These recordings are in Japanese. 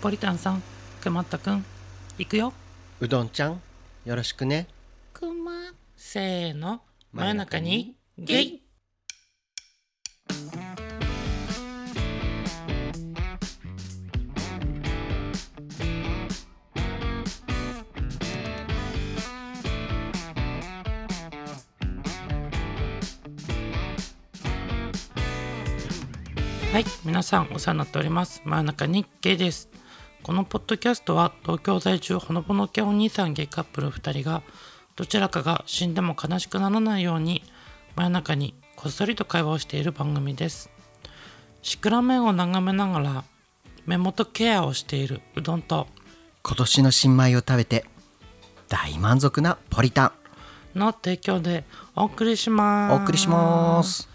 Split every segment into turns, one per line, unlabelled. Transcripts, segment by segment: ポリタンさんくまったくんいくよ
うどんちゃんよろしくね
くませーの真夜中にゲイはい皆さんお世話になっております真夜中にゲイですこのポッドキャストは東京在住ほのぼの系お兄さんゲイカップル2人がどちらかが死んでも悲しくならないように真夜中にこっそりと会話をしている番組ですシクラメンを眺めながら目元ケアをしているうどんと
今年の新米を食べて大満足なポリタ
の提供でお送りしま
ン
す
お送りします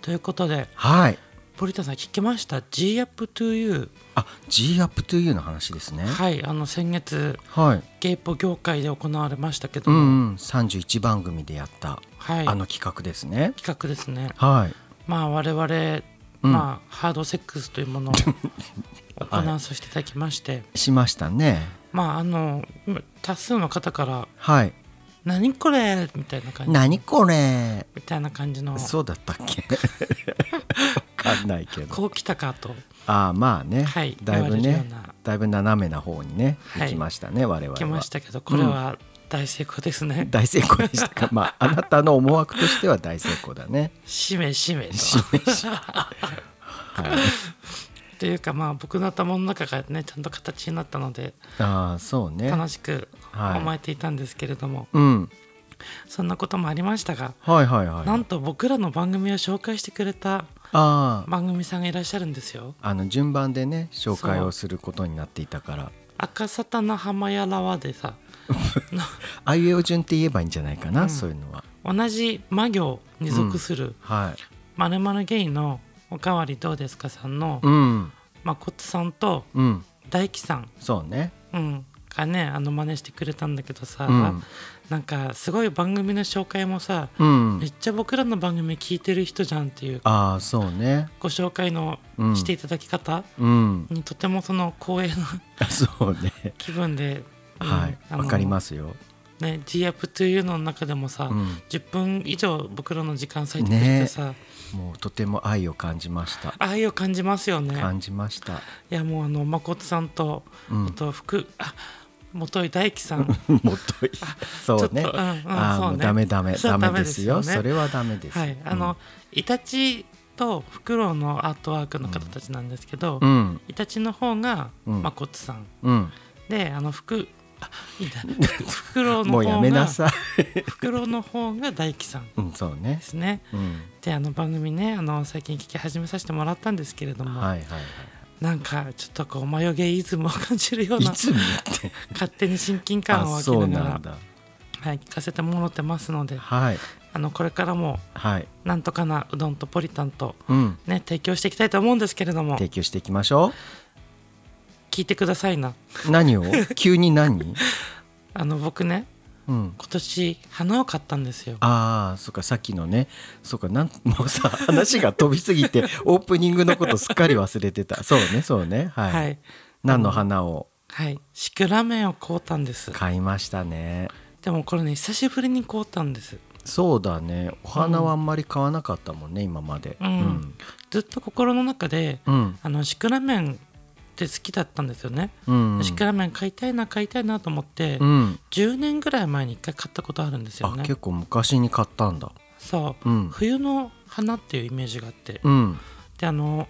ということで
はい
ポリタさん聞きました G up to you
あ G アップトゥーユーの話ですね
はいあの先月
はい
ゲイポ業界で行われましたけど
うん
も、
うん31番組でやった
はい
あの企画ですね
企画ですね
はい
まあ我々、まあハードセックスというも のを行わさせていただきまして、
しましたね
まああの多数の方から
はい
「何これ!」みたいな感じ
何これ
みたいな感じの
そうだったっ けわかんないけど
こう来たかと
ああまあね、
はい
だいぶ
言われる
ね
ような
だいぶ斜めな方にね、
はい
行きましたね我々は
来ましたけどこれは大成功ですね。
大成功でした かまああなたの思惑としては大成功だね
しめしめと。
はい
っていうかまあ僕の頭の中がねちゃんと形になったので
ああそうね
楽しく
はい
思えていたんですけれども、
うん
そんなこともありましたが、
はいはいはい
なんと僕らの番組を紹介してくれた
ああ
番組さんがいらっしゃるんですよ。
あの順番でね紹介をすることになっていたから
赤サタナ浜やらわでさ
あいうえお順って言えばいいんじゃないかな、そういうのは
同じ魔行に属する
はい
まるまるゲイのおかわりどうですかさんの
うん
まこつさんと
うん
大輝さん、
そうね
うん、がねあの真似してくれたんだけどさ、
うん
なんかすごい番組の紹介もさ、
うん
めっちゃ僕らの番組聞いてる人じゃんっていう
ああそうね
ご紹介の
うん
していただき方
うん
にとてもその光栄な
そうね
気分で、。
はいわかりますすよ
ね「GUP」というのの中でもさ、
うん
10分以上僕らの時間割いてくれてさ、
もうとても愛を感じました
愛を感じますよね。
感じました
いやもうあの誠さんと、
うん
あと福あ元井大樹さん
もっといいそうね
ちょっとうんうん
ああ
そうね
もうダメダメ
そう
ダメです
ダ
よ
メですよね
それはダメです
はいあの、イタチとフクロウのアートワークの方たちなんですけど、
うん
イタチの方が
うん
誠さん、
うん
であの福あいいな フクロウの
もうやめ
方が
なさい
フクロウの方が大樹さん
うんそうね
ですね。
うん
であの番組ねあの最近聞き始めさせてもらったんですけれども、
はいはい
なんかちょっとこうマヨゲイズムを感じるよう
はいい
な
つ見 て
勝手に親近感を
あそう
湧きなが
な
ら
ん、だ
はい、聞かせてもろってますので
はい
あのこれからも
はい
なんとかなうどんとポリタンと、
うん
ね、提供していきたいと思うんですけれども
提供していきましょ
聞いてくださいな
う 何を急に何
あの僕ね
うん
今年花を買ったんですよ。
ああそっかさっきのねそっかなんもうさ話が飛び すぎてオープニングのことすっかり忘れてたそうねそうねはい、
はい、
何の花を
はい、シクラメンを買うたんです
買いましたね
でもこれね久しぶりに買うたんです、
そうだねお花はあんまり買わなかったもんね、今まで
うんずっと心の中で
うんうん
あのシクラメンって好きだったんですよね、
うん
シクラメン買いたいな買いたいなと思って、
うん
10年ぐらい前に1回買ったことあるんですよ
あ
ね
結構昔に買ったんだ
そう、
うん
冬の花っていうイメージがあって、
うん
であの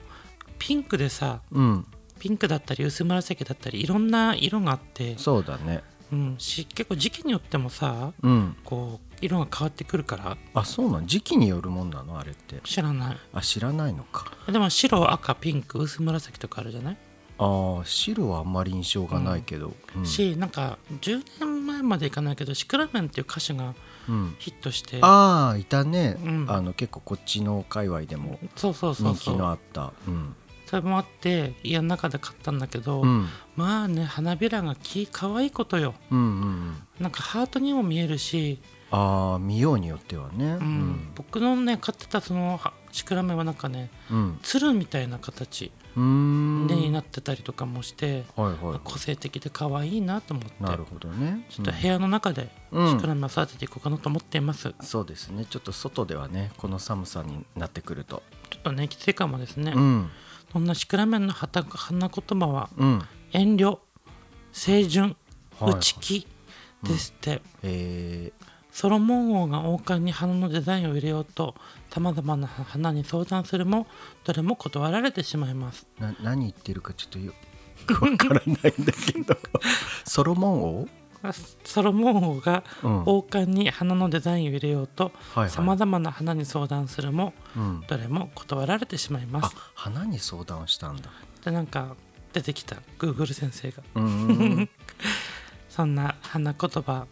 ピンクでさ
うん
ピンクだったり薄紫だったりいろんな色があって、
そうだね
うん、し結構時期によってもさ
うん
こう色が変わってくるから
あそうなん時期によるもんなのあれって
知らない
あ知らないのか
でも白赤ピンク薄紫とかあるじゃない、
あー白はあんまり印象がないけど、うん
しなんか10年前までいかないけど「シクラメン」っていう歌詞が
うん
ヒットして
ああいたね、
うん
あの結構こっちの界隈でも
そうそうそ
人
う
気
そ
の
う
あったうん
それもあって家の中で買ったんだけど、
うん
まあね花びらがき可愛いことよ
うんうんうん
なんかハートにも見えるし、
ああ見ようによってはね、
うん僕のね買ってたそのはシクラメンはなんかね
うん
鶴みたいな形
うーん
になってたりとかもして、
はいは
個性的で可愛いなと思って
いなるほどね
ちょっと部屋の中で
うん
シクラメンを育てていこうかなと思っています、
うんそうですねちょっと外ではねこの寒さになってくると
ちょっとね季節感もですね、
うん
そんなシクラメンの旗花言葉は
うん
遠慮清純
はいはい
内気ですって、
え
ソロモン王が王冠に花のデザインを入れようとさまざまな花に相談するもどれも断られてしまいます
ー、な何言ってるかちょっ とよくわからないんだけど ソロモン王
ソロモン王が
うん
王冠に花のデザインを入れようと
いはい
さまざまな花に相談するも
うん
どれも断られてしまいま
あ
す
花に相談したんだ
でなんか出てきた Google 先生が
う ーん
そんな花言葉、
うん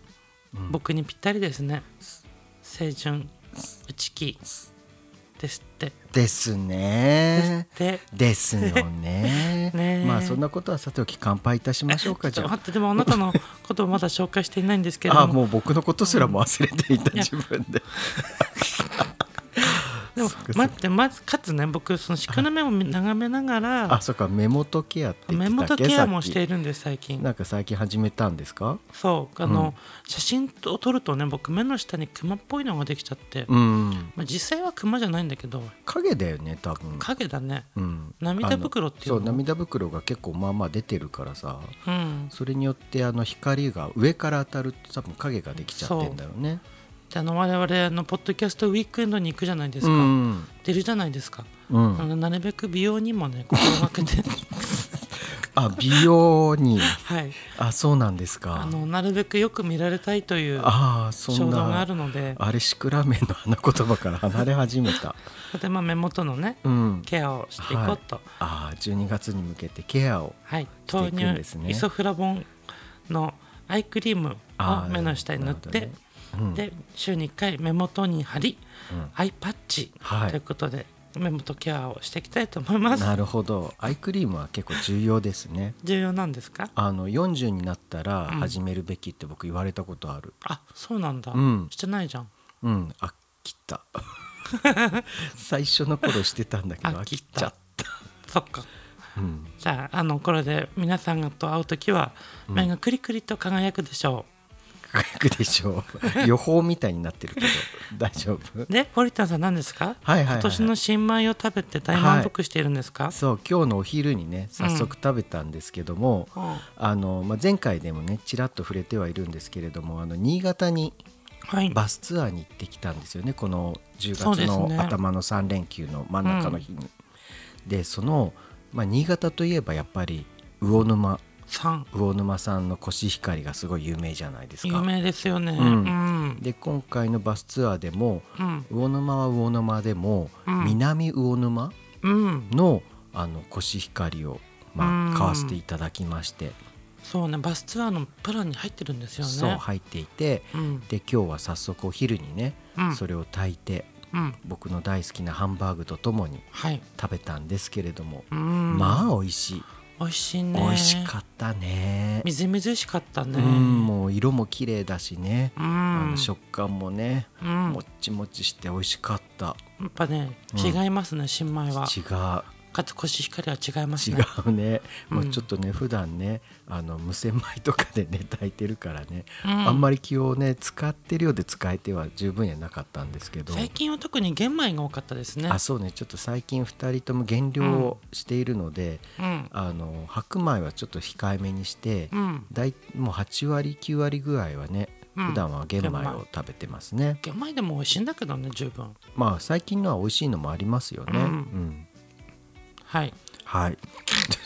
僕にぴったりですね清純内気ですって
ですね
で
ですよね
ねえ
まあそんなことはさておき乾杯いたしましょうかじ
ちょっ
ゃ
と
あ
待ってでもあなたのことをまだ紹介していないんですけれど
あ
も
もう僕のことすらも忘れていた
いや
自分で
でも
そっかそっか
待ってまずかつね僕そのシクラメンを眺めなが
あ
ら
そっか目元ケアって言って
目
た
元
っけ
ケ
さ
ア
っき
もしているんです最近
なんか最近始めたんですか
そうあの、写真を撮るとね僕目の下にクマっぽいのができちゃって、
うん
まあ、実際はクマじゃないんだけど
影だよね多分
影だね
うん
涙袋っていう
あ
の
のそう涙袋が結構まあまあ出てるからさ
うん
それによってあの光が上から当たると多分影ができちゃってんだよね
であの我々あのポッドキャストウィークエンドに行くじゃないですか、
うん
出るじゃないですか、
うん
あのなるべく美容にもね心がけ て
あ美容に
はい
あそうなんですか
あのなるべくよく見られたいという
ああそ
衝
ん
動があ
な
るので
あれシクラメンの花言葉から離れ始めた
とても目元のね
うん
ケアをしていこうと、
ああ12月に向けてケアを
はい、
して
豆
いくんです
乳、
ね
イソフラボンのアイクリーム
あ
を
ー
目の下に塗って、
なるほどねうん
で週に1回目元に貼り、
うん
アイパッチ、
はい
ということで目元ケアをしていきたいと思います
なるほどアイクリームは結構重要ですね
重要なんですか
あの40になったら始めるべきって僕言われたことある
あそうなんだ、
うん
してないじゃん
うん、あ切った 最初の頃してたんだけど
あ
飽
切
き
っ
ったちゃっ
そっか
た、うん、
じゃああのこれで皆さんと会う時は目がクリクリと輝くでしょ
輝くでしょ う予報みたいになってるけど大丈夫
う、でポリタンさん何ですか、
はいはいはいはい
今年の新米を食べて大満足しているんですか、
そう今日のお昼にね早速食べたんですけども、
うんは
あのまあ、前回でもねちらっと触れてはいるんですけれどもあの新潟に
い
バスツアーに行ってきたんですよねこの
そう
10
です
月の
ね
頭の3連休の真ん中の日に。でその、まあ、新潟といえばやっぱり魚沼
3
魚沼さんのコシヒカリがすごい有名じゃないです
有
か。
名ですよね。うんん。
で今回のバスツアーでも
うん。
魚沼は魚沼でも、
うん
南魚沼
うん。
のあのコシヒカリを、
う
ま
ん
あ、買わせていただきまして、
そうね、バスツアーのプランに入ってるんですよね。
そう入っていて、
うん。
で今日は早速お昼にね、
うん
それを炊いて
うん。
僕の大好きなハンバーグとともに
はい。
食べたんですけれども、
うん。
まあ美味しい、
美味しいね。
美味しかったね
みずみずしかったね。
うんもう色も綺麗だしね、
う
あ
ん。
の食感もね、
うん
もっちもちして美味しかった
やっぱね、
うん
違いますね、新米は。
違う
かつコシヒカリは違います
違
ね。
うね、もう
うん
ちょっとね普段ねあの無洗米とかでね炊いてるからね、
うん
あんまり気をね使ってるようで使えては十分やなかったんですけど、
最近は特に玄米が多かったですね
あ。そうねちょっと最近2人とも減量をしているので、
うん。
あの白米はちょっと控えめにして、
うん。
だいもう8割9割ぐらいはね
うん
普段は玄米を食べてますね、
玄米でも美味しいんだけどね、十分。
まあ最近のは美味しいのもありますよね、
うん
うん
はい。
はい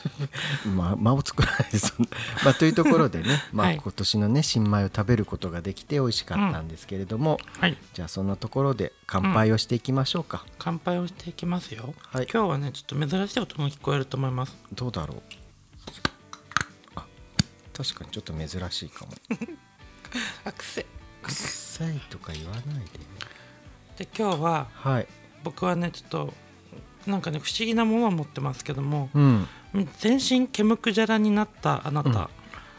まあ間を作らないです、 まあ、というところでね、ま
は
あ、
い
今年のね新米を食べることができて美味しかったんですけれども、
はい。
じゃあそんなところで乾杯をしていきましょうか、
乾杯をしていきますよ。
はい
今日はね、ちょっと珍しい音が聞こえると思います。
どうだろうあ確かにちょっと珍し いかも
あくせ。
臭いとか言わないで
で今日は
はい
僕はねちょっとなんかね不思議なものを持ってますけども
うん
全身毛むくじゃらになったあなた、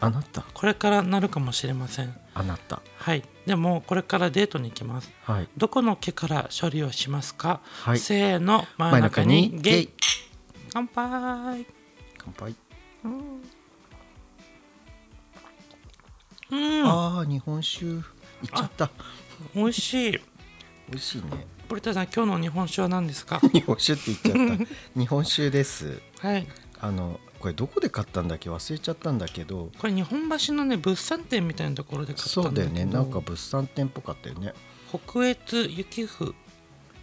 あなた
これからなるかもしれません
あなた
はいでもこれからデートに行きます
はい
どこの毛から処理をしますか、
はい
せーの真ん
真ん
中
中
に
に
ゲ
ゲ
イ
イ
乾杯
乾杯
うん
あー日本酒いっちゃった
美味しい
美味しいね
堀田さん今日の日本酒は何ですか
日本酒って言っちゃった 日本酒です
はい
あのこれどこで買ったんだっけ忘れちゃったんだけど
これ日本橋のね物産展みたいなところで買ったん
そ
だ
う
けど
だよねなんか物産店っぽかったよね
北越雪府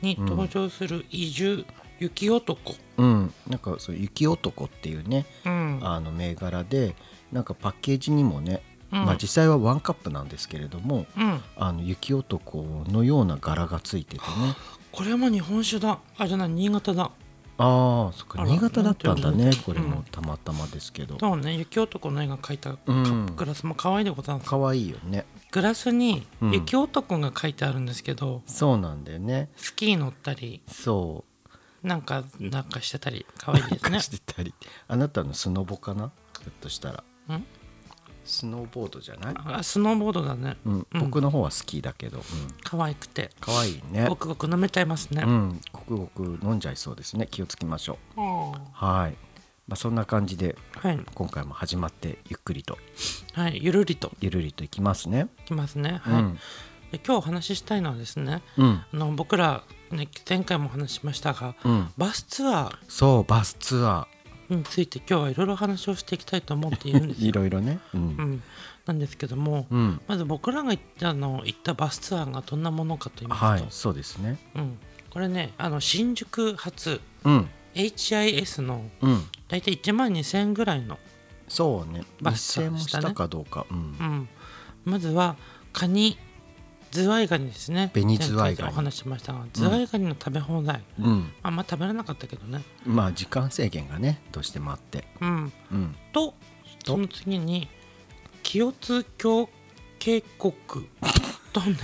に登場する移住雪男
うんなんかそう雪男っていうね
うん、
あの銘柄でなんかパッケージにもね、
うん
まあ実際はワンカップなんですけれども
うん、
あの雪男のような柄がついててね
これも日本酒だあじゃない新潟だ
ああそっ
あ
から新潟だったんだ
なんて
ね
いうの
これ
うん
もたまたまですけど
そうね雪男の絵が描いたカ
うん
ップグラスも可愛いでございます、
可愛いよね
グラスに
うん
雪男が書いてあるんですけど、
そうなんだよね
スキー乗ったり
そ
なんかなんかしてたり可愛いうですね
隠 してたりあなたのスノボかなひょっとしたら
うん
スノーボードじゃない、
あスノーボードだね、
うん、僕の方はスキーだけど、うん、
可愛くて
可愛いね
ごくごく飲めちゃいますね、
うんごくごく飲んじゃいそうですね気をつけましょう
は
はい、まあ、そんな感じで
い、
今回も始まってゆっくりと
はい、ゆるりと
ゆるりといきますね。
きますね、はい
うん
で今日お話ししたいのはですね
うん
あの僕ら、ね、前回もお話ししましたが、
うん、
バスツア
そうバスツア
ーについて今日はいろいろ話をしていきたいと思っているんです
ーいろいろね、うん
うん、なんですけども、
うん
まず僕らが行ったあの行ったバスツアーがどんなものかと言いますと、
はいそうですね。
うん、これねあの新宿発
うん、
HIS の
うん、
大体1万2000円ぐらいの、
そうね
バ
バ
ス
ス
ツアー
も
でし
した
ね
たかどうか、う、
うんん、まずはカニズワイガニですね
紅ズワ
前
イガニ
回でお話ししましたがズワイガニの食べ放題、
うん、
あんま食べれなかったけどね
まあ時間制限がねどうしてもあって、
うん
うん、
と
と
その次に清津峡渓谷ト ンネル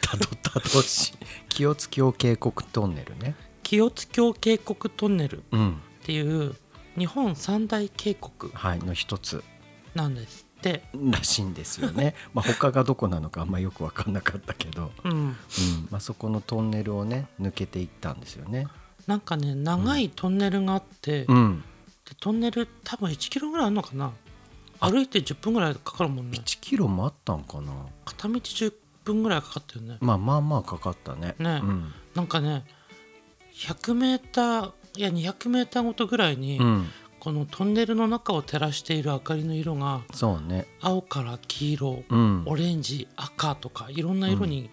たどたどしい清津峡渓谷トンネルね、
清津峡渓谷トンネルっ
うん、
ていう日本三大渓谷
はいの一つ
なんですって、
らしいんですよ ね。まあ他がどこなのかあんまよく分かんなかったけど。
うん、
うんまあ、そこのトンネルをね抜けていったんですよね。
なんかね長いトンネルがあって、
ん、
でトンネル多分1キロぐらいあるのかな歩いて10分ぐらいかかるもんね
1キロもあったんかな、
片道10分ぐらいかかったよね
まあ、まあまあかかったね。
ね
うん
なんかね 100m いや 200m ごとぐらいに、
うん、
このトンネルの中を照らしている明かりの色が
そうね、
青から黄色、
うん、
オレンジ赤とかいろんな色に、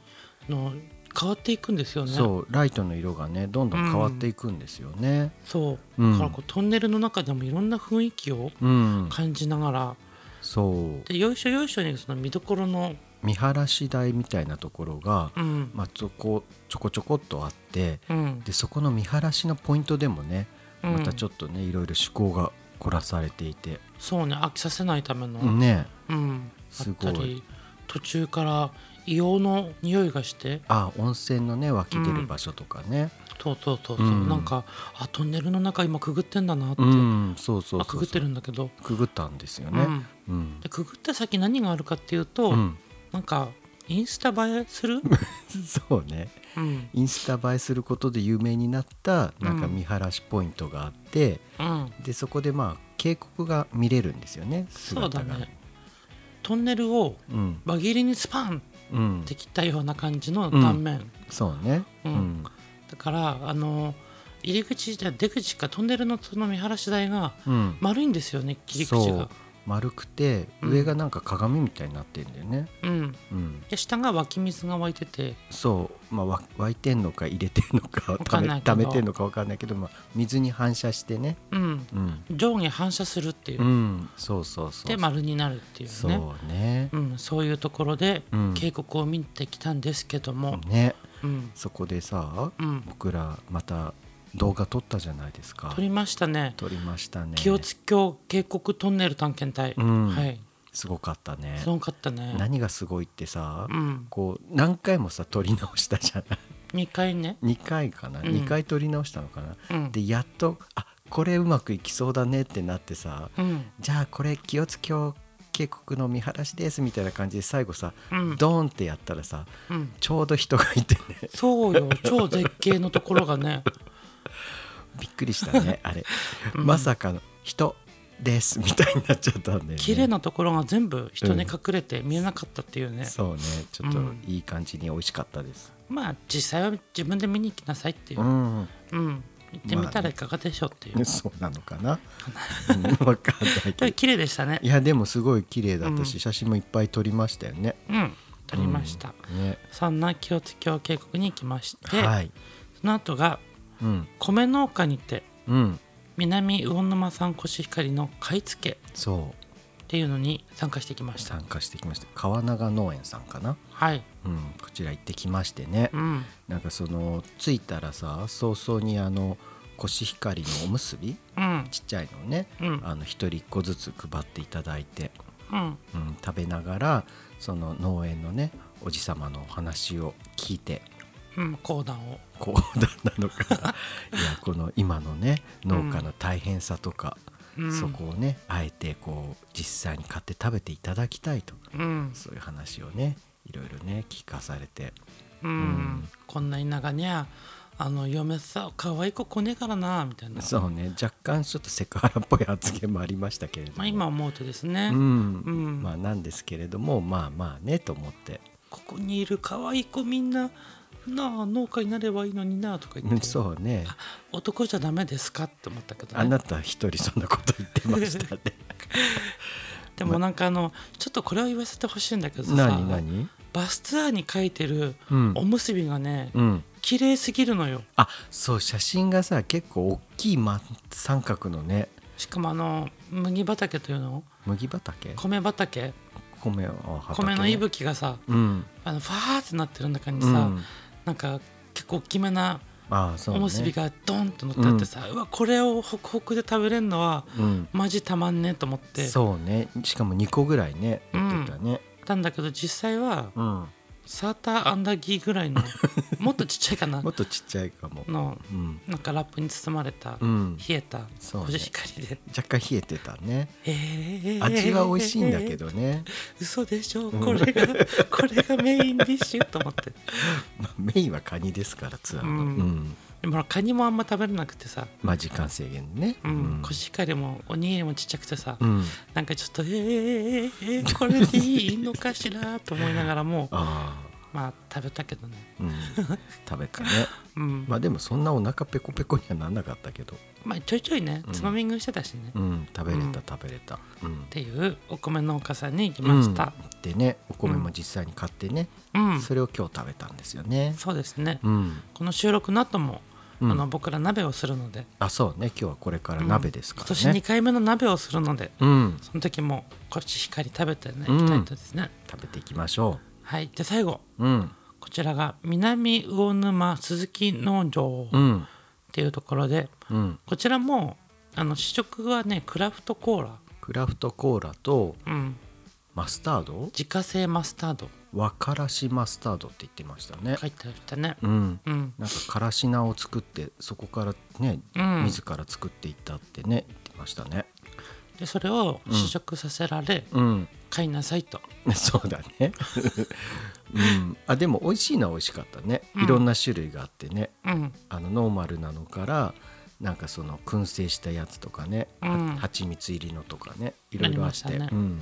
の変わっていくんですよね。そう
そうライトの色がねどんどん変わっていくんですよね。うん
だからこうトンネルの中でもいろんな雰囲気を
うん、
感じながら
そう
でよいしょよいしょにその見どころの、
見晴らし台みたいなところが、
うん
まあ、そこちょこちょこっとあって
うん
でそこの見晴らしのポイントでもね
うん
またちょっとねいろいろ趣向が凝らされていて、
そうね飽きさせないための、
ね
うん、あ
す
っ
ご
た
い
り途中から硫黄の匂いがして
あ温泉のね湧き出る場所とかね、
そうそうそうそう、
うん
なんかあトンネルの中今くぐってんだなって、
うん、そうそうそうそう
あくぐってるんだけど、
くぐったんですよ
う
ね
ん、
うん
でくぐった先何があるかっていうと、
うん
なんかインスタ映えする、
そうね
うん
インスタ映えすることで有名になったなんか見晴らしポイントがあって、
うん、
でそこでまあ渓谷が見れるんですよね
そうだ
姿が
ねトンネルを
うん
輪切りにスパン
うん
って切ったような感じの断面、
そうね
う
うんん、
だからあの入り口じゃ出口かトンネルのその見晴らし台が
うん
丸いんですよね切り口
そ
が
う丸くて
うん
上がなんか鏡みたいになってるんだよね、
うん
うん、
で下が湧き水が湧いてて
そう、まあ、わ湧いてんのか入れてんのか
わか
た
ん
め
ないけど
ためてんのかわかんないけど、まあ、水に反射してね、
うん
うん
上下反射するっていう、
うん、そうそうそう
で丸になるっていう
そ
ね
うね
う、ん、そういうところで
うん
渓谷を見てきたんですけども、
ね
うん
そこでさ
うん、
僕らまた動画撮ったじゃないですか
撮りましたね
撮りましたね
清津峡渓谷トンネル探検隊、
うん
はい
すごかったね
すごかったね
何がすごいってさ、
うん
こう何回もさ撮り直したじゃない
2回ね
2回かな、
うん
2回撮り直したのかな、
うん
でやっとあこれうまくいきそうだねってなってさ、
うん
じゃあこれ清津峡渓谷の見晴らしですみたいな感じで最後さ、
うん
ドーンってやったらさ
うん
ちょうど人がいてね
そうよ超絶景のところがね
びっくりしたねあれ、まさかの人ですみたいになっちゃったんだよね
綺麗なところが全部人に隠れて見えなかったっていうね、
そうねちょっと
うん
いい感じに美味しかったです、
まあ実際は自分で見に行きなさいっていうう、
ん
うん行ってみたらいかがでしょうっていう、
そうなのかな分かんない
でも
けど
綺麗でしたね
いやでもすごい綺麗だったし、
うん
写真もいっぱい撮りましたよね
うん撮りました、
ね
そんな清津峡渓谷に行きまして、
はい
その後が
うん
米農家にて
うん
南魚沼産コシヒカリの買い付け
そう
っていうのに参加してきました
参加してきました川永農園さんかな、
はい
うん、こちら行ってきましてね、
うん
なんかその着いたらさ早々にあのコシヒカリのおむすび
うん
ちっちゃいのをね、
うん
あの一人一個ずつ配っていただいて、
うん
うん、食べながらその農園のねおじ様のお話を聞いて
うん講談を
こうだなのか ないやこの今のね農家の大変さとか、
うん
そこをねあえてこう実際に買って食べていただきたいと
うん
そういう話をねいろいろね聞かされて
うん、
ん
こんな田舎にゃあの嫁さ可愛い子来ねえからなみたいな
そうね若干ちょっとセクハラっぽい発言もありましたけれども、
まあ、今思うとですね、
うん、
うん
まあなんですけれどもまあまあねと思って、
ここにいる可愛い子みんななあ農家になればいいのになとか言って、
そうね
男じゃダメですかって思ったけど、ね、
あなた一人そんなこと言ってまし たね
でもなんかあのちょっとこれを言わせてほしいんだけどさ
何何
バスツアーに書いてる
うん
おむすびがね、
うん
綺麗すぎるのよ
あそう写真がさ結構大きいま三角のね
しかもあの麦畑というの
麦畑
米畑
米は畑
米の息吹がさ
うん
あのファーってなってる中にさ、
うん
なんか結構大きめな
ああそう
お
ね
むすびがドンと乗ってあってさ、うわこれをホクホクで食べれるのは
うん
マジたまんねえと思って
そうねしかも二個ぐらいね
うん
売ってたね
たんだけど実際は
うん、
サーターアンダギーぐらい のもっとちっちゃいかな
もっとちっちゃいかも
の
うん、
なんかラップに包まれた、
うん、
冷えた
そうね
コシヒカリで、
若干冷えてたね
えー
味は美味しいんだけどね、
嘘でしょこれがこれがメインディッシュと思って
まあ、メインはカニですからツアーの、
う
うんん
でもほらカニもあんま食べれなくてさ、
まあ時間制限ね、
うんコシヒカリもおにぎりもちっちゃくてさ、
うん
なんかちょっとえー、えー、これでいいのかしらと思いながらも
あ
まあ食べたけどね
あ、うん、食べたね
うん
まあでもそんなお腹ペコペコにはならなかったけど、
まあちょいちょいねつまみ食いしてたしね、
う
っ
ん、食べれた食べれた、うん
ていうお米農家さんに行きました、
うんでねお米も実際に買ってね、
うん
それを今日食べたんですよね
そうですね、
うん
この収録の後も、
うん
あの僕ら鍋をするので
あそうね今日はこれから鍋ですか
今
ら
年2
ね、
回目の鍋をするので
うん
その時もこっち光食べてね、
うん
いきたいとですね
食べていきましょ
はいで最後
ううん
こちらが南魚沼鈴木農場
う
っ
ん
ていうところで、
うん
こちらもあの試食はねクラフトコーラ、
クラフトコーラと
うん、
マスタード
自家製マスタード
和からしマスタードって言ってましたね
書いてあったね
うん
うん
なんかからし菜を作ってそこからね、
うん
自ら作っていったってね言ってましたね
でそれを試食させられ、
うん
買いなさいと
そうだ ねうんあでも美味しいのは美味しかったね
うん
いろんな種類があってね、
うん
あのノーマルなのからなんかその燻製したやつとかね、は
うん
蜂蜜入りのとかねいろいろあって、
なりましたね
うん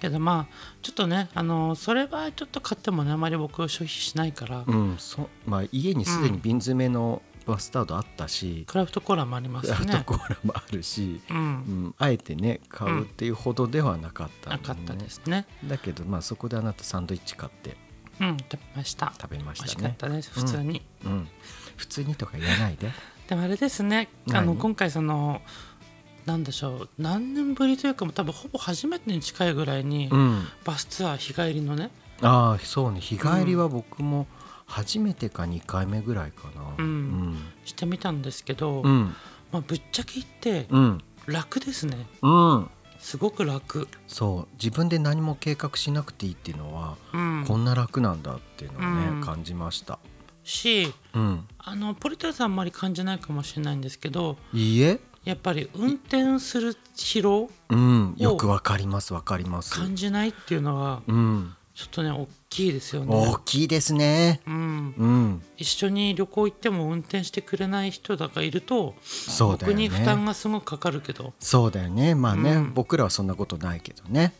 けどまあちょっとねあのそれはちょっと買ってもねあまり僕は消費しないから、
うんそまあ、家にすでに瓶詰めのマスタードあったし、
クラフトコーラもありま
ク
す
ラフト
ね
コーラもあるし、
う
うんん、あえてね買うっていうほどではなかった
なんか
だよ
っ
ね
たですね
だけどまあそこであなたサンドイッチ買って
うん食べました
食べま
美味
し
したかっ
ね
たです普通に、
うん普通にとか言わないで
でもあれですねあの
何
今回そのなんでしょう何年ぶりというかもう多分ほぼ初めてに近いぐらいに、
うん
バスツアー日帰りのね、
ああそうね日帰りは僕も初めてか2回目ぐらいかな
うんしてみたんですけど、
うん
まあ、ぶっちゃけ言って
うん
楽ですね
うん、うん、
すごく楽、
そう自分で何も計画しなくていいっていうのは、
うん
こんな楽なんだっていうのをね、
うん
感じました
し
うん
あのポリタンさんあんまり感じないかもしれないんですけど
いいえ
やっぱり運転する疲労
うんよくわかりますわかります
感じないっていうのは
うん
ちょっとね大きいですよね
大。きいですね
うん、
うん
一緒に旅行行っても運転してくれない人だがいると、
そうだ
僕
よ
に負担
ね
がすごくかかるけど
そうだよねまあね、
うん
僕らはそんなことないけどね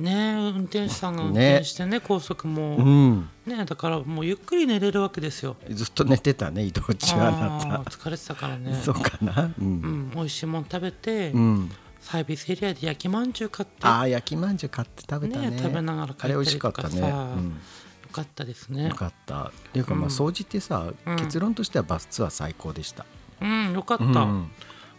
ね運転手さんが運
ね
転してね高速も、
うん
ねだからもうゆっくり寝れるわけですよ。
ずっと寝てたね移動中あ
あ
な
ー疲れてたから
た、
ね
そうかなう、
うんん、美味しいもん食べて、
うん、
サービスエリアで焼きまんじゅう買って
ああ焼きまんじゅう買って食べたね
ね食べながら帰った
あ
り
れ美味しかっ
とか
た
さ
ね、うん、
よかったです
よ
ね
かったっていうかま
う
あ
ん
総じてさ、
うん
結論としてはバスツアー最高でした、
うんよかった、
うん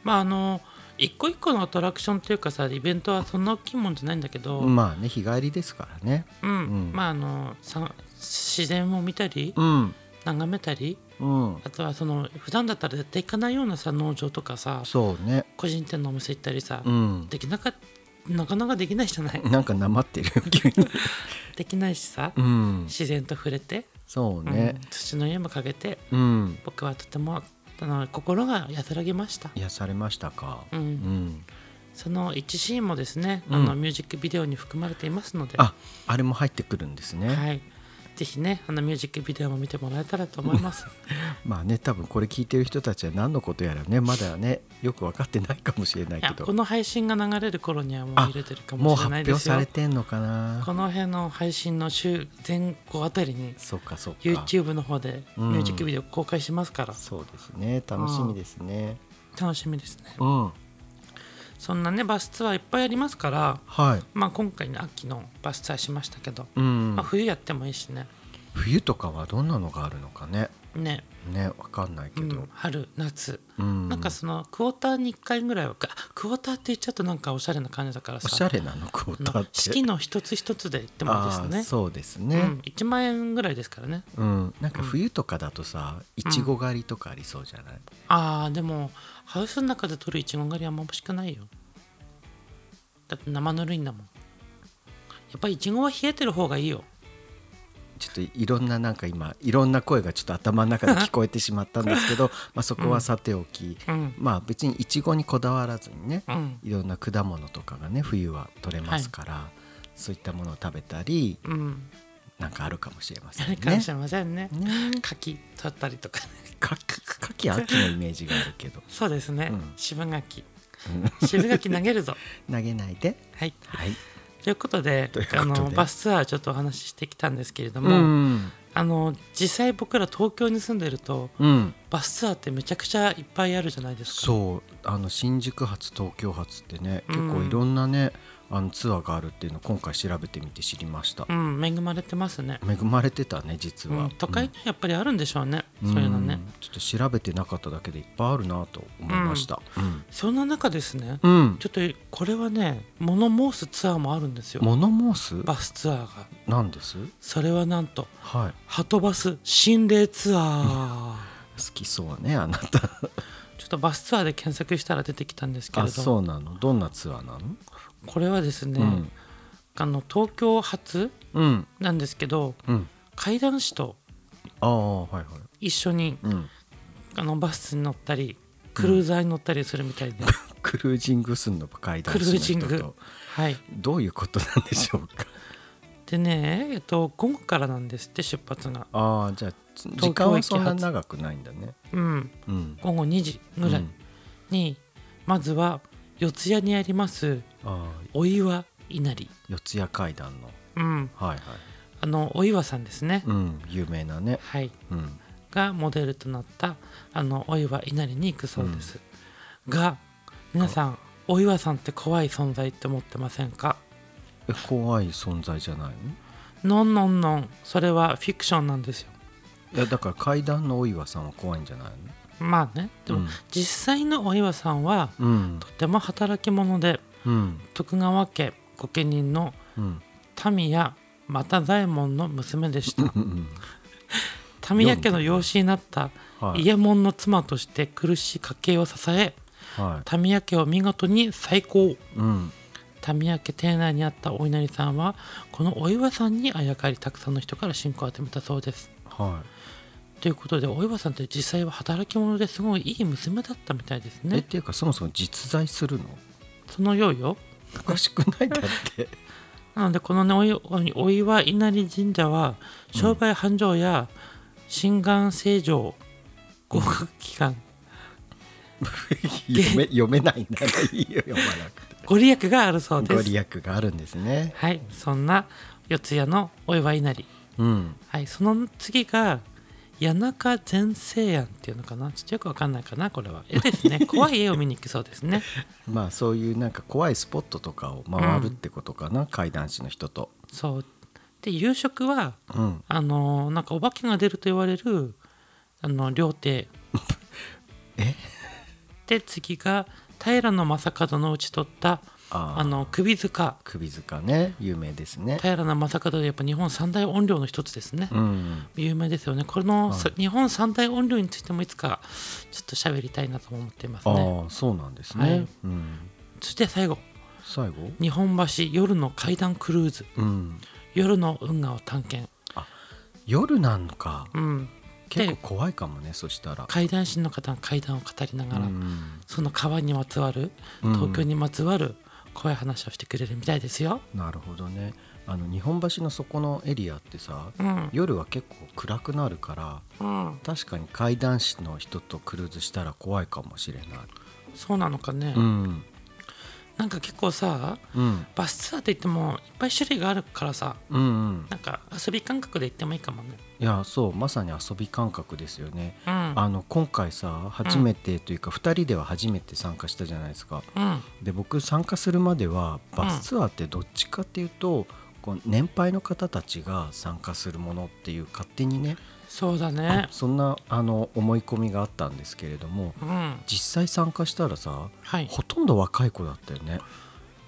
まああの一個一個のアトラクションというかさイベントはそんな大きいもんじゃないんだけど、うん
まあね日帰りですからねうん
まああのさ自然を見たり
うん
眺めたり
うん
あとはその普段だったら絶対行かないようなさ農場とかさ
そうね
個人店のお店行ったりさ、
うん
できなかっなかなかできないじゃない
なんかなまってる 急に
できないしさ、
うん
自然と触れて、
そう
うん
ね
土の家もかけて
うん、
僕はとてもあの心が安らぎました、
癒されましたか
う、
うんん
その一シーンもですね、
うん
あのミュージックビデオに含まれていますので、
ああれも入ってくるんですね、
はい、ぜひねあのミュージックビデオも見てもらえたらと思います。
まあね多分これ聞いてる人たちは何のことやらねまだねよく分かってないかもしれない
い
け
や
ど
この配信が流れる頃にはもう
あ
入れてるか
も
も
う
しれ
発
ない
表
ですよ
され。てんのかな
この辺の配信の週前後あたりに
そうかそうか
YouTube の方で
うん
ミュージックビデオ公開しますから、
そうですね楽しみですね
楽しみですね。
うん、
そんなねバスツアーいっぱいありますから、
はい、
まあ、今回の秋のバスツアーしましたけど、
うん
まあ、冬やってもいいしね
冬とかはどんなのがあるのかね
ね、
ねわかんないけ
う
ど
ん、春夏
うん
なんかそのクォーターに1回ぐらいはかクォーターって言っちゃうとなんかおしゃれな感じだからさ
おしゃれなのクォータ
あ
ーっ
の
て
四季の一つ一つで言ってもいいです
あ
ね
ーそうです
う
ね
ん、1万円ぐらいですからね
うん、なんか冬とかだとさいちご狩りとかありそうじゃない、
ああでもハウスの中で取るイチゴ狩りはあんま欲しくないよだって生ぬるいんだもんやっぱりイチゴは冷えてる方がいいよ
ちょっといろんななんか今いろんな声がちょっと頭の中で聞こえてしまったんですけどまあそこはさておき、
うん
まあ別にいちごにこだわらずにね、
うん
いろんな果物とかがね冬は取れますから、そういったものを食べたり
うん
なんかあるかもしれませ
あ
んね
れ。かもしれませんね
ね
柿取ったりとかね
かきかき秋のイメージがあるけど
そうですね、
うん
渋柿渋柿投げるぞ
投げないで。
はい
はい。
ということで
ということで
あのバスツアーちょっとお話ししてきたんですけれども、
うん
あの実際僕ら東京に住んでると
うん。
バスツアーってめちゃくちゃいっぱいあるじゃないですか
そうあの新宿発東京発ってね
うん
結構いろんなねあのツアーがあるっていうのを今回調べてみて知りました
う。ん恵まれてますね、
恵まれてたね実
う
は
ん。都会にはやっぱりあるんでしょうね、
ん
そういうのね
んちょっと調べてなかっただけでいっぱいあるなと思いました。うん。
そんな中ですね、
うん
ちょっとこれはね物申すツアーもあるんですよ
モノモース
バスツアーが
なんです。
それはなんと
はい。
はとバス心霊ツアー
好きそうねあなた。
ちょっとバスツアーで検索したら出てきたんですけ
あ
れど
そうなの。どんなツアーなの？
これはですね、
うん
あの東京発
うん
なんですけど
うん。
怪談師と
ああはいはい。
一緒に
うん。
あのバスに乗ったりクルーザーに乗ったりするみたいで、
クルージングすんのか階段
クルージン
人
グ
と
はい
どういうことなんでしょうか
でねえっと午後からなんですって出発が
ああじゃあつ
東京
時間はそんな長くないんだね
うん
うん
午後2時ぐらいに、まずは四谷にあります
ああ
お岩稲荷
四谷階段の
うん
はいはい
あのお岩さんですね、
うん有名なね
はい
うん
がモデルとなったあのお岩稲荷に行くそうです、が皆さんお岩さんって怖い存在って思ってませんか
え怖い存在じゃない
のんのんのんそれはフィクションなんですよ
のいやだから階段のお岩さんは怖いんじゃない
まあねでも、
うん
実際のお岩さんは
のうん
とても働き者で
うん
徳川家御家人の
うん
民谷又左衛門の娘でした
うんうん
民谷家の養子になった
は
伊
い
右衛門の妻として苦しい家計を支え
は
民谷家を見事に再興
いうん
民谷家邸内にあったお稲荷さんはこのお岩さんにあやかりたくさんの人から信仰を集めたそうです
は
ということでお岩さんって実際は働き者ですごいいい娘だったみたいです
えっ
ね
ていうかそもそも実在するの
そのようよ
おかしくないだ って
なのでこのねおいおお岩稲荷神社は商売繁盛や心願成城合格祈願
読め読めないならいいよ読まなく て
ご利益があるそうで
ご
す
利益があるんですね
はいそんな四谷のお岩稲荷
うん
はいその次が谷中全生庵っていうのかなちょっとよくわかんないかなこれは絵です ね怖い絵を見に行きそうですね
まあそういうなんか怖いスポットとかを回るってことかな、怪談師の人と
そうで夕食は
うん
あのーなんかお化けが出ると言われるあの料亭
え
で次が平野正門の打ち取った
あー
あの首塚
首塚ね有名ですね
平野正門でやっぱ日本三大音量の一つですね、
うん
有名ですよねこの、さ日本三大音量についてもいつかちょっと喋りたいなと思っています
ああ
ね
ーそうなんですね、
はい
うん
そして最後
最後
日本橋夜の階段クルーズ
うん
夜の運河を探検
夜なんか
うん
結
で
構怖いかもねそしたら
階段師の方が階段を語りながら、
うん
その川にまつわる
うん
東京にまつわる怖い話をしてくれるみたいですよ。
なるほどねあの日本橋の底のエリアってさ
うん、
夜は結構暗くなるか
う
ら
ん、
確かに怪談師の人とクルーズしたら怖いかもしれない
そうなのかね、
うん
なんか結構さ
うん
バスツアーって言ってもいっぱい種類があるからさ
うんうん
なんか遊び感覚で行ってもいいかもね。
いやそうまさに遊び感覚ですよね
うん、
あの今回さ初めてというか2人では初めて参加したじゃないですか
うん、
で僕参加するまではバスツアーってどっちかっていうとこう年配の方たちが参加するものっていう勝手にね
そうだね。
そんなあの思い込みがあったんですけれども
うん、
実際参加したらさ
はい、
ほとんど若い子だったよね。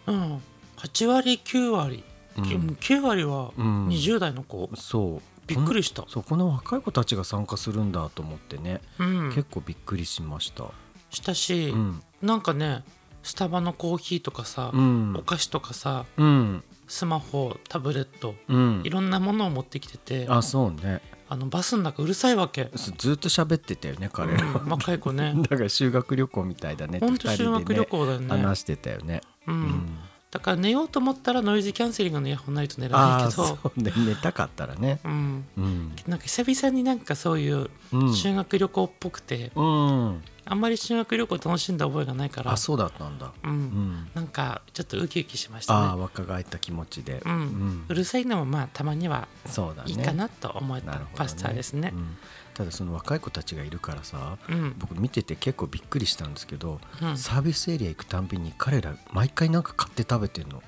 うん、8割9割、
うん
9割は
うん
20代の子、
そう
びっくりした
こんそうこの若い子たちが参加するんだと思ってね、
うん、
結構びっくりしました。
したし、
うん
なんかねスタバのコーヒーとかさ、
うん
お菓子とかさ
うん
スマホタブレット
うん
いろんなものを持ってきててあ
あそうね
のバスの中うるさいわけ
ずずっと喋ってたよね彼ら。
うん若い子 ね
だから修学旅行みたいだねって
ほん
二
と
人で
修学旅行だよね
話してたよね。
うん
うん
だから寝ようと思ったらノイズキャンセリングのイヤホンないと寝られ
あ
な
あ
いけど
そうね寝たかったらね。
うん、
うん
なんか久々になんかそういう
うん
修学旅行っぽくて、
うん
あんまり修学旅行楽しんだ覚えがないから
あそうだったんだ。
うん
うん
なんかちょっとウキウキしました
ああ
ね
若返った気持ちで。
うん、うるさいのもまあたまには
そうだね。
いいかなと思え
な
た
るほど
パスターですね
う。んただその若い子たちがいるからさ、
うん
僕見てて結構びっくりしたんですけど、
うん
サービスエリア行くたんびに彼ら毎回なんか買って食べて んの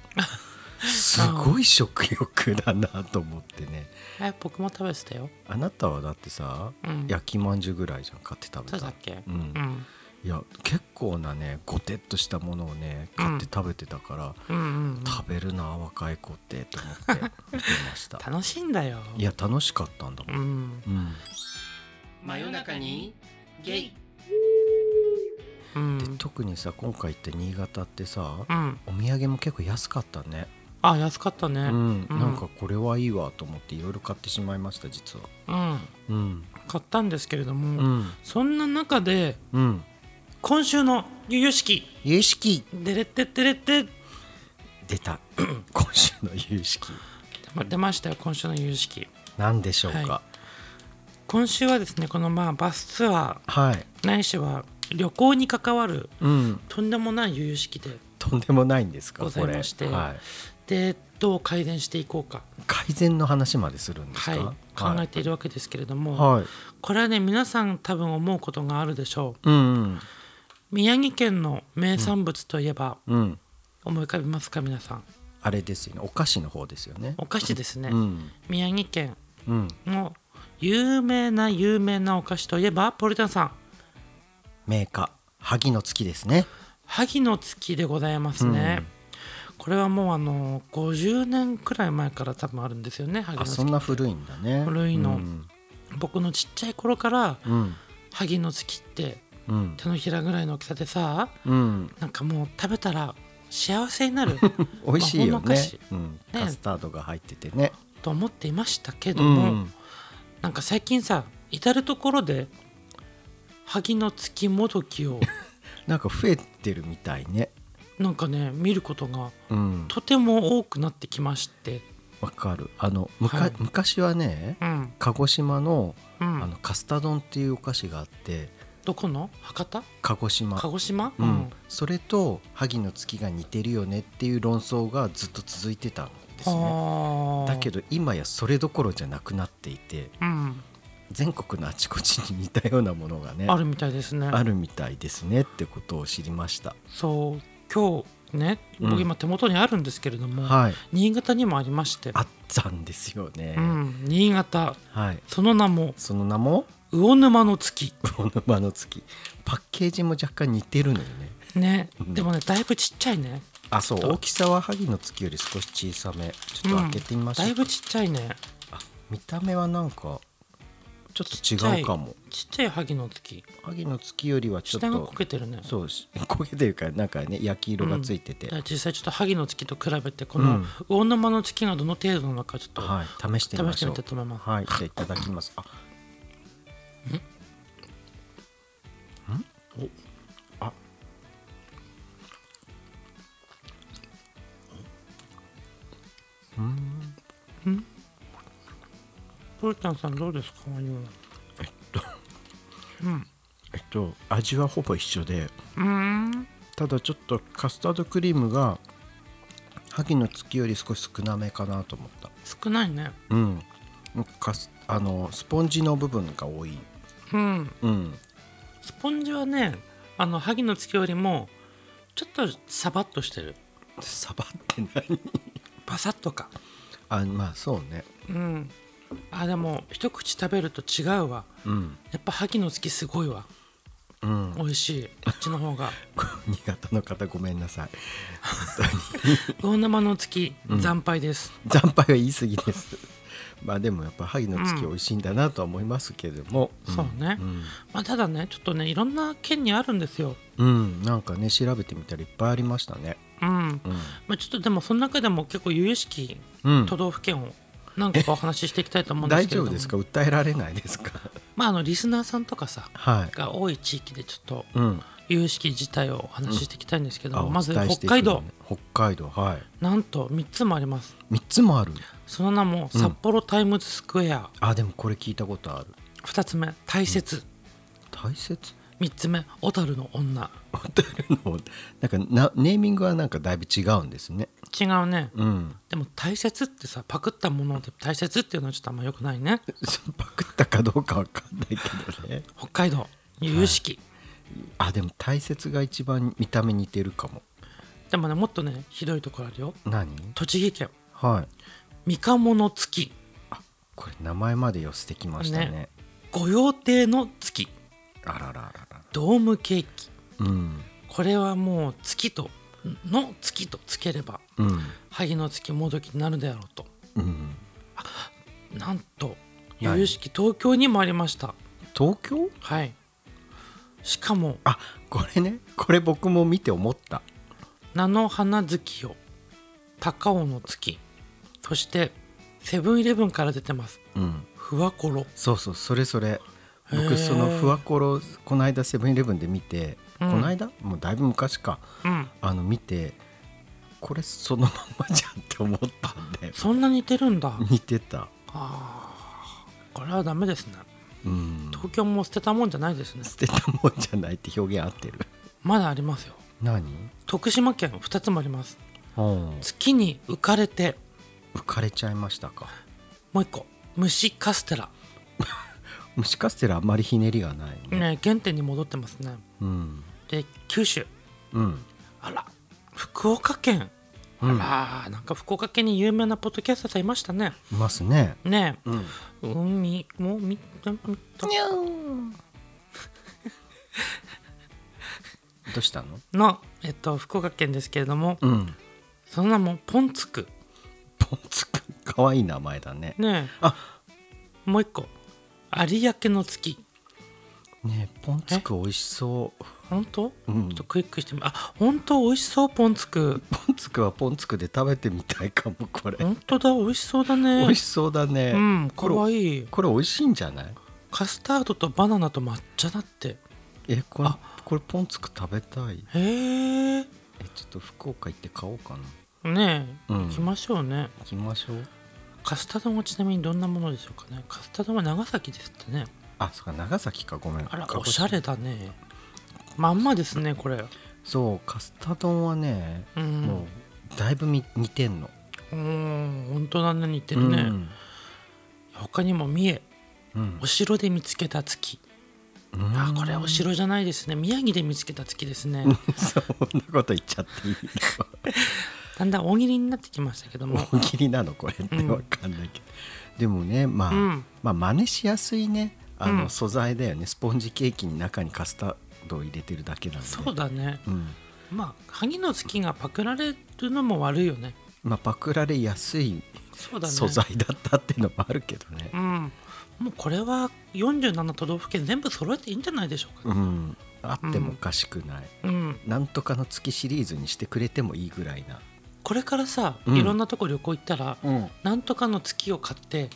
すごい食欲だなと思ってね
え僕も食べてたよ。
あなたはだってさ、
うん
焼きまんじゅうぐらいじゃん買って食べ
そ
た
うだっけ？
うん
うん
いや結構なねごてっとしたものをね買って食べてたから、
うんうん
食べるな若い子ってと思って見てまし た
楽しいんだよ。
いや楽しかったんだも、
うんん
うん
真夜中にゲイ。うん
で特にさ今回行って新潟ってさ、
うん
お土産も結構安かったね、
あ安かったね。
う
うん
んなんかこれはいいわと思っていろいろ買ってしまいました実はうん
買ったんですけれど
う
も、
ん
そんな中で
うん
今週のゆゆ式
有識
でれってってれって
出た 今週の有識
出ましたよ今週のゆゆ式。
何でしょうか
今週はですねこのまあバスツア
はい、
ーないしは旅行に関わる
うん
とんでもないゆゆ式で。
とんでもないんですか
ござい
これ
まして
はい、
でどう改善していこうか、
改善の話までするんですか、
はい、考えているわけですけれども、
はい、はい、
これはね皆さん多分思うことがあるでしょ
うんうん
う宮城県の名産物といえば、
うん
思い浮かびますか皆さん
あれですよねお菓子の方ですよね
お菓子ですね、
うん
宮城県
うん
の有名な有名なお菓子といえばポリタンさん
メーカー萩の月ですね
萩の月でございますね、これはもうあの50年くらい前から多分あるんですよね萩の
あ
月
そんな古いんだね
古いの
うん
僕のちっちゃい頃から
うん
萩の月って
うん
手のひらぐらいの大きさでさ
うん、
なんかもう食べたら幸せにな る
美味しいよ
魔法のお菓
ね
子、
うん、カスタードが入っててね
と思っていましたけど
う
も、
ん
なんか最近さ至る所で萩の月もどきを
なんか増えてるみたいね
なんか ね見ることが
うん
とても多くなってきまして
わかるあのむか
はい
昔はね
うん
鹿児島の
う
あ
ん
のカスタ丼っていうお菓子があって
どこの博多
鹿児島
鹿児島
うんそれと萩の月が似てるよねっていう論争がずっと続いてたんですねだけ
ど
ど今やそれどころじゃなくなっていて
うん
全国のあちこちに似たようなものがね
あるみたいですね
あるみたいですねってことを知りました、
そう今日ね
うん
僕今手元にあるんですけれども、
はい
新潟にもありまして
あったんですよね、
うん、新潟
はい
その名も
その名も
魚沼の月
魚沼の月パッケージも若干似てるのよね
ね
うん
でもねだいぶちっちゃいね
あそう
ちょっと
大きさは萩の月より少し小さめちょっと開けてみましょ
だ
う、
いぶちっちゃいね
あ見た目はなんかちょっ
ちゃ
と違
いう
かも
ちっちゃい萩の月
萩の月よりはちょっ
下が
と
こけてるね
そうし焦げてるからなんかね焼き色がついてて、
だから実際ちょっと萩の月と比べてこ
う
の
ん
魚沼の月がどの程度なのかちょっと
はい試してみま
試し
してょう
みたいと思います、
はいじゃあいただきますあ
お
あ
プータンさんどうですかワインは
えっとえっと味はほぼ一緒で
うん
ただちょっとカスタードクリームが萩の月より少し少なめかなと思った
少ないね
うんかすあのスポンジの部分が多い
うん
うん
スポンジはねあの萩の月よりもちょっとサバッとしてる
サバって何
パサッとか
あまあそうね
うんあでも一口食べると違うわ
うん
やっぱ萩の月すごいわ
うん
美味しいあっちの方が
新潟の方ごめんなさい
魚沼の月
うん
惨敗です、
惨敗は言い過ぎです まあでもやっぱ萩の月
うん
美味しいんだなとは思いますけれども、ん
そうねまあ、ただねちょっとねいろんな県にあるんですよ
うん、うんなんかね調べてみたらいっぱいありましたね
うん、
う
ま
ん、
あ、ちょっとでもその中でも結構由々しき
うん
都道府県を何個かお話ししていきたいと思うんで
大
すけれ
丈
ども
夫ですか訴えられないです か
まああのリスナーさんとかさ
はい
が多い地域でちょっと
うん
由々しき事態をお話ししていきたいんですけど
あ
も、
お
まず
伝えして
北
いく
海
の
道、
ね北海道は
なんと3つもあります
い3つもある
その名も
うん
札幌タイムズスクエア、
あでもこれ聞いたことある
2つ目大雪、
大切
3つ目小樽の女
ホテルのなんかなネーミングはなんかだいぶ違うんですね
違うね
うん
でも大雪ってさパクったもので大雪っていうのはちょっとあんまよくないね
そうパクったかどうかわかんないけどね
北海道由々しき、
あでも大切が一番見た目似てるかも
でもねもっとねひどいところあるよ
何
栃木県
はい
三鴨の月
これ名前まで寄せてきましたね
ね御用邸の月
あらららら
ドームケーキ
うん
これはもう月との月とつければ
うん
萩の月もどきになるであろうと
うん
なんと
何
由々しき東京にもありました
東京
はいしかも
あこれねこれ僕も見て思った
菜の花月よ高尾の月そしてセブンイレブンから出てます
うん
ふわころ
そうそうそれそれ
へ
僕
ー
そのふわころこの間セブンイレブンで見て、
うん
この間もうだいぶ昔か
うん
あの見てこれそのままじゃんって思ったんで
そんな似てるんだ
似てた
あーこれはダメですね
うん
東京も捨てたもんじゃないですね
捨てたもんじゃないって表現合ってる
まだありますよ
何
徳島県2つもあります
うん
月に浮かれて
浮かれちゃいましたか
もう1個虫カステラ
蒸しカステラあまりひねりがないね
ね原点に戻ってますね
うん
で九州
うん
あら福岡県あ
うん
ら、なんか福岡県に有名なポッドキャスターさんいましたね
いますね
ね
うん
え海もみみ
どうしたの
の、えっと、福岡県ですけれども
うん
その名もポンツク
ポンツくかわいい名前だね
ねえ
あ
もう一個有明の月
ねえポンツく美味しそ
本当、
ううん
ちょっとクイックしてみあ本当美味しそうポンツク
ポンツくはポンツくで食べてみたいかもこれ
本当だ美味しそうだね
美味しそうだね
うん
こ
かわ
れ
いい
これ美味しいんじゃない
カスタードとバナナと抹茶だって
えこれ
あ
これポン酢く食べたい
へえ
えちょっと福岡行って買おうかな
ねえ、
うん
行きましょうね
行きましょう
カスタードもちなみにどんなものでしょうかねカスタードは長崎ですってね
あそっか長崎かごめん
あら
鹿児島
おしゃれだねまんまですねこれ
そうカスタ丼はね、
うん
もうだいぶみ似てんの
うん本当だね似てるね、
うん
他にも三重
うん
お城で見つけた月
うん
あこれお城じゃないですね宮城で見つけた月ですね
そんなこと言っちゃっていい
だんだん大喜利になってきましたけども
の大喜利なのこれって
うん
わかんないけど、でもねまあ、
うん
まあ真似しやすいねあ
う
の
ん
素材だよね、スポンジケーキに中にカスタードを入れてるだけなんで
そうだね
うん、
まあ萩の月がパクられるのも悪いよね
まあパクられやすい
そうだね
素材だったっていうのもあるけどね
うんもうこれは47都道府県全部揃えていいんじゃないでしょうか
うん、あってもおかしくない、
うん
なんとかの月シリーズにしてくれてもいいぐらいな、
これからさ
うん
いろんなとこ旅行行ったら、なんとかの月を買って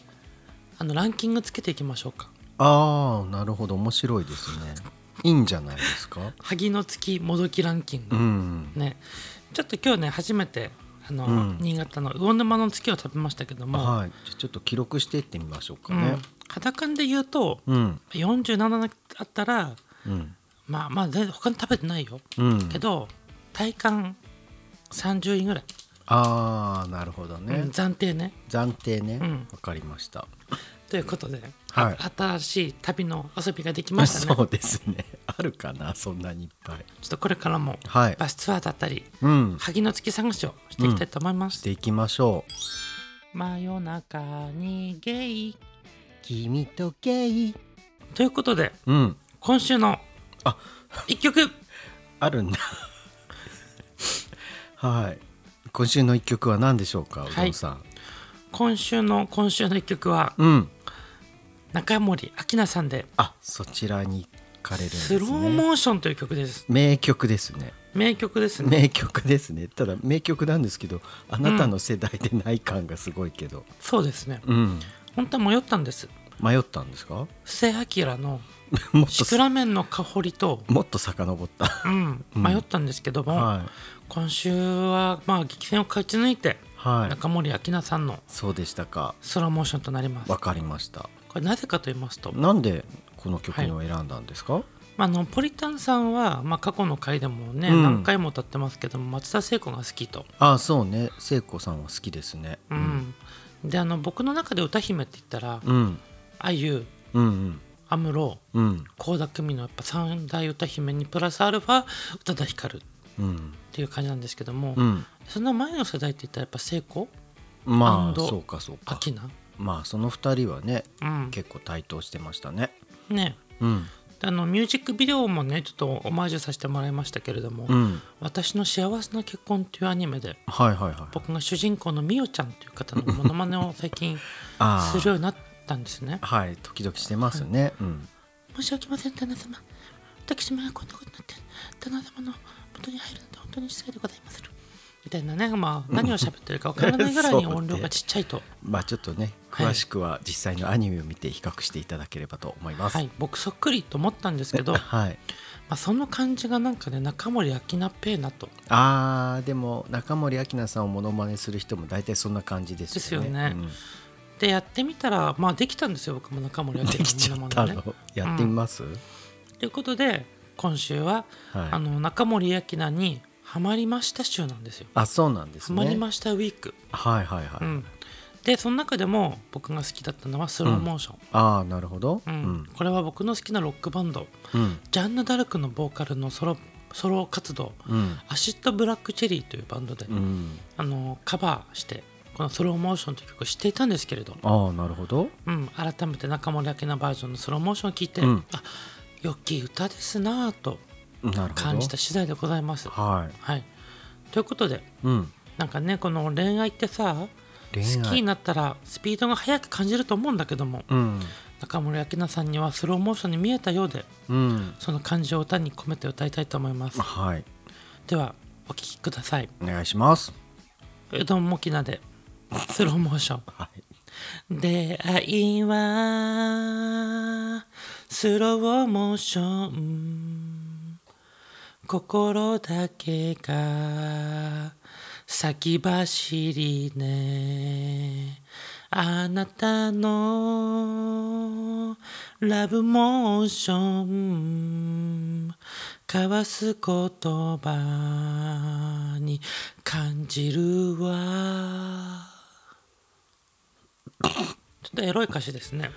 あのランキングつけていきましょうか
ああなるほど面白いですねいいんじゃないで すか
萩の月もどきランキング
う、ん
ねちょっと今日ね初めてあの、
うん
新潟の魚沼の月を食べましたけども、
はいじゃあちょっと記録していってみましょうか
うん
ね
肌感で言うと
うん
47あったら
うん
まあまあ全然他に食べてないよ、
うん、
けど体感30位ぐらい、
ああなるほどね、
うん暫定ね
暫定ねわ、
うん
かりました
ということで、
はい
新しい旅の遊びができましたね
そうですねあるかなそんなにいっぱい
ちょっとこれからも
はい
バスツアーだったり
うん
萩の月探しをしていきたいと思いま
し
す、
ていきましょう
真夜中にゲイ
君とゲイ
ということで
うん
今週の
あ
一曲
あるんだ はい今週の一曲は何でしょうか、
い
お父さん
今週の今週の一曲は
うん
中森明菜さんで
あそちらに行かれるんです
ス
ね
ローモーションという曲です
名曲ですね
名曲ですね
名曲ですねただ名曲なんですけどあなたの世代でない感がすごいけど、
そうですね
うん
本当は迷ったんです
迷ったんですか
布施明の
もっ
シ
と
クラメンの香りと、
もっと遡った
うん、
うん
迷ったんですけども、
はい
今週はまあ激戦を勝ち抜いて
はい
中森明菜さんの
そうでしたか
スローモーションとなります
わかりました
これなぜかと言いますと、ま
なんでこの曲を選んだんですか、
あ、のポリタンさんは、まあ、過去の回でもね、
うん
何回も歌ってますけども松田聖子が好きと、
あそうね聖子さんは好きですね
うんであの僕の中で歌姫って言ったら
うん
あゆ
うんうん
安室
うん
倖田來未のやっぱ三大歌姫にプラスアルファ宇多田ヒカルっ
うん
ていう感じなんですけども、
うん
その前の世代って言ったらやっぱ聖子
まあ
And
そうかそうか
明菜
まあその二人はね
うん
結構対等してましたね
ね
うん
であのミュージックビデオもねちょっとオマージュさせてもらいましたけれども「
うん
私の幸せな結婚」っていうアニメで
はいはいはい
僕が主人公のみおちゃんという方のモノマネを最近
あー
するようになったんですね。
はい時々してますね、うん
申し訳ません、旦那様。私めがこんなことになって、旦那様の元に入るなんて本当に失礼でございまする。みたいなね、まあ、何を喋ってるかわからないぐらいに音量がちっちゃいと。
まあちょっとね
はい
詳しくは実際のアニメを見て比較していただければと思います
はい、僕そっくりと思ったんですけど、ま
はい
あ、その感じがなんかね、中森明菜っぺーなと。
あーでも中森明菜さんをモノマネする人も大体そんな感じですよね
ですよねで、やってみたら、まあ、できたんですよ、僕も中森
うん
明菜
できちゃ
の
っ
も
た
の
の、
ね。
やってみます、
ということで、今週は、
はい
あの中森明菜にハマりました週なんですよ。
あそうなんです
ハ
ね
マりましたウィーク。
はいはいはい、
うん、でその中でも僕が好きだったのはスローモーション、
ああなるほど
うんこれは僕の好きなロックバンド
うんうん
ジャンヌ・ダルクのボーカルのソロソロ活動
うん
アシッド・ブラック・チェリーというバンドで、
うん
あのカバーしてこのスローモーションという曲を知っていたんですけれど、
ああなるほど
うん、改めて中森明菜バージョンのスローモーションを聴いて、
うん
あ良き歌ですなぁと
なるほど
感じた次第でございます。
は
はい、ということで
い、うん、
なんかねこの恋愛ってさ
恋愛
好きになったらスピードが速く感じると思うんだけども、
うん
中森明菜さんにはスローモーションに見えたようで
うん
その感じを歌に込めて歌いたいと思います
はい
ではお聴きください
お願いします
うどんもきなでスローモーション
はい
出会いはスローモーション心だけが先走りねあなたのラブモーション交わす言葉に感じるわちょっとエロい歌詞ですね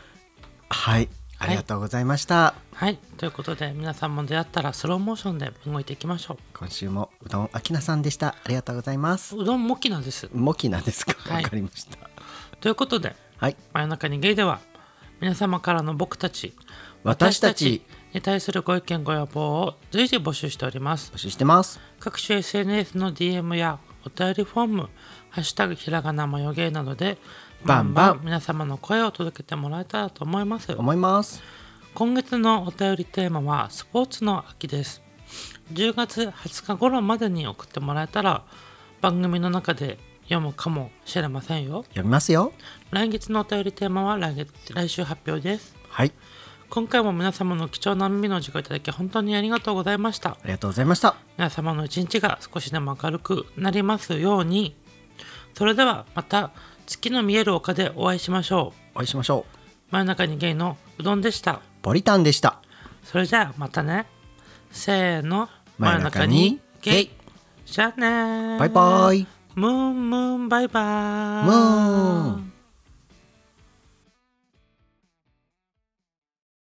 はいありがとうございました、
はいということで皆さんも出会ったらスローモーションで動いていきましょ
今週もうどんあきなさんでしたありがとうございます
ううどんもきなんです
モキナですかわ、
はい
かりました
ということで
はい
真夜中にゲイでは皆様からの僕たち
私たち
に対するご意見ご要望を随時募集しております
募集してます
各種 SNS の DM やお便りフォーム「ハッシュタグひらがなもよげ」などで
バンバン
皆様の声を届けてもらえたらと思います
思います
今月のお便りテーマはスポーツの秋です10月20日頃までに送ってもらえたら番組の中で読むかもしれませんよ
読みますよ
来月のお便りテーマは来月来週発表です
はい
今回も皆様の貴重な耳のお時間をいただき本当にありがとうございました
ありがとうございました
皆様の一日が少しでも明るくなりますようにそれではまた月の見える丘でお会いしましょう
お会いしましょう
真夜中にゲイのうどんでした
ポリタンでした
それじゃあまたねせーの
真夜中にゲイ
じゃあねー
バイバイ
ムーンムーンバイバーイ
ムーン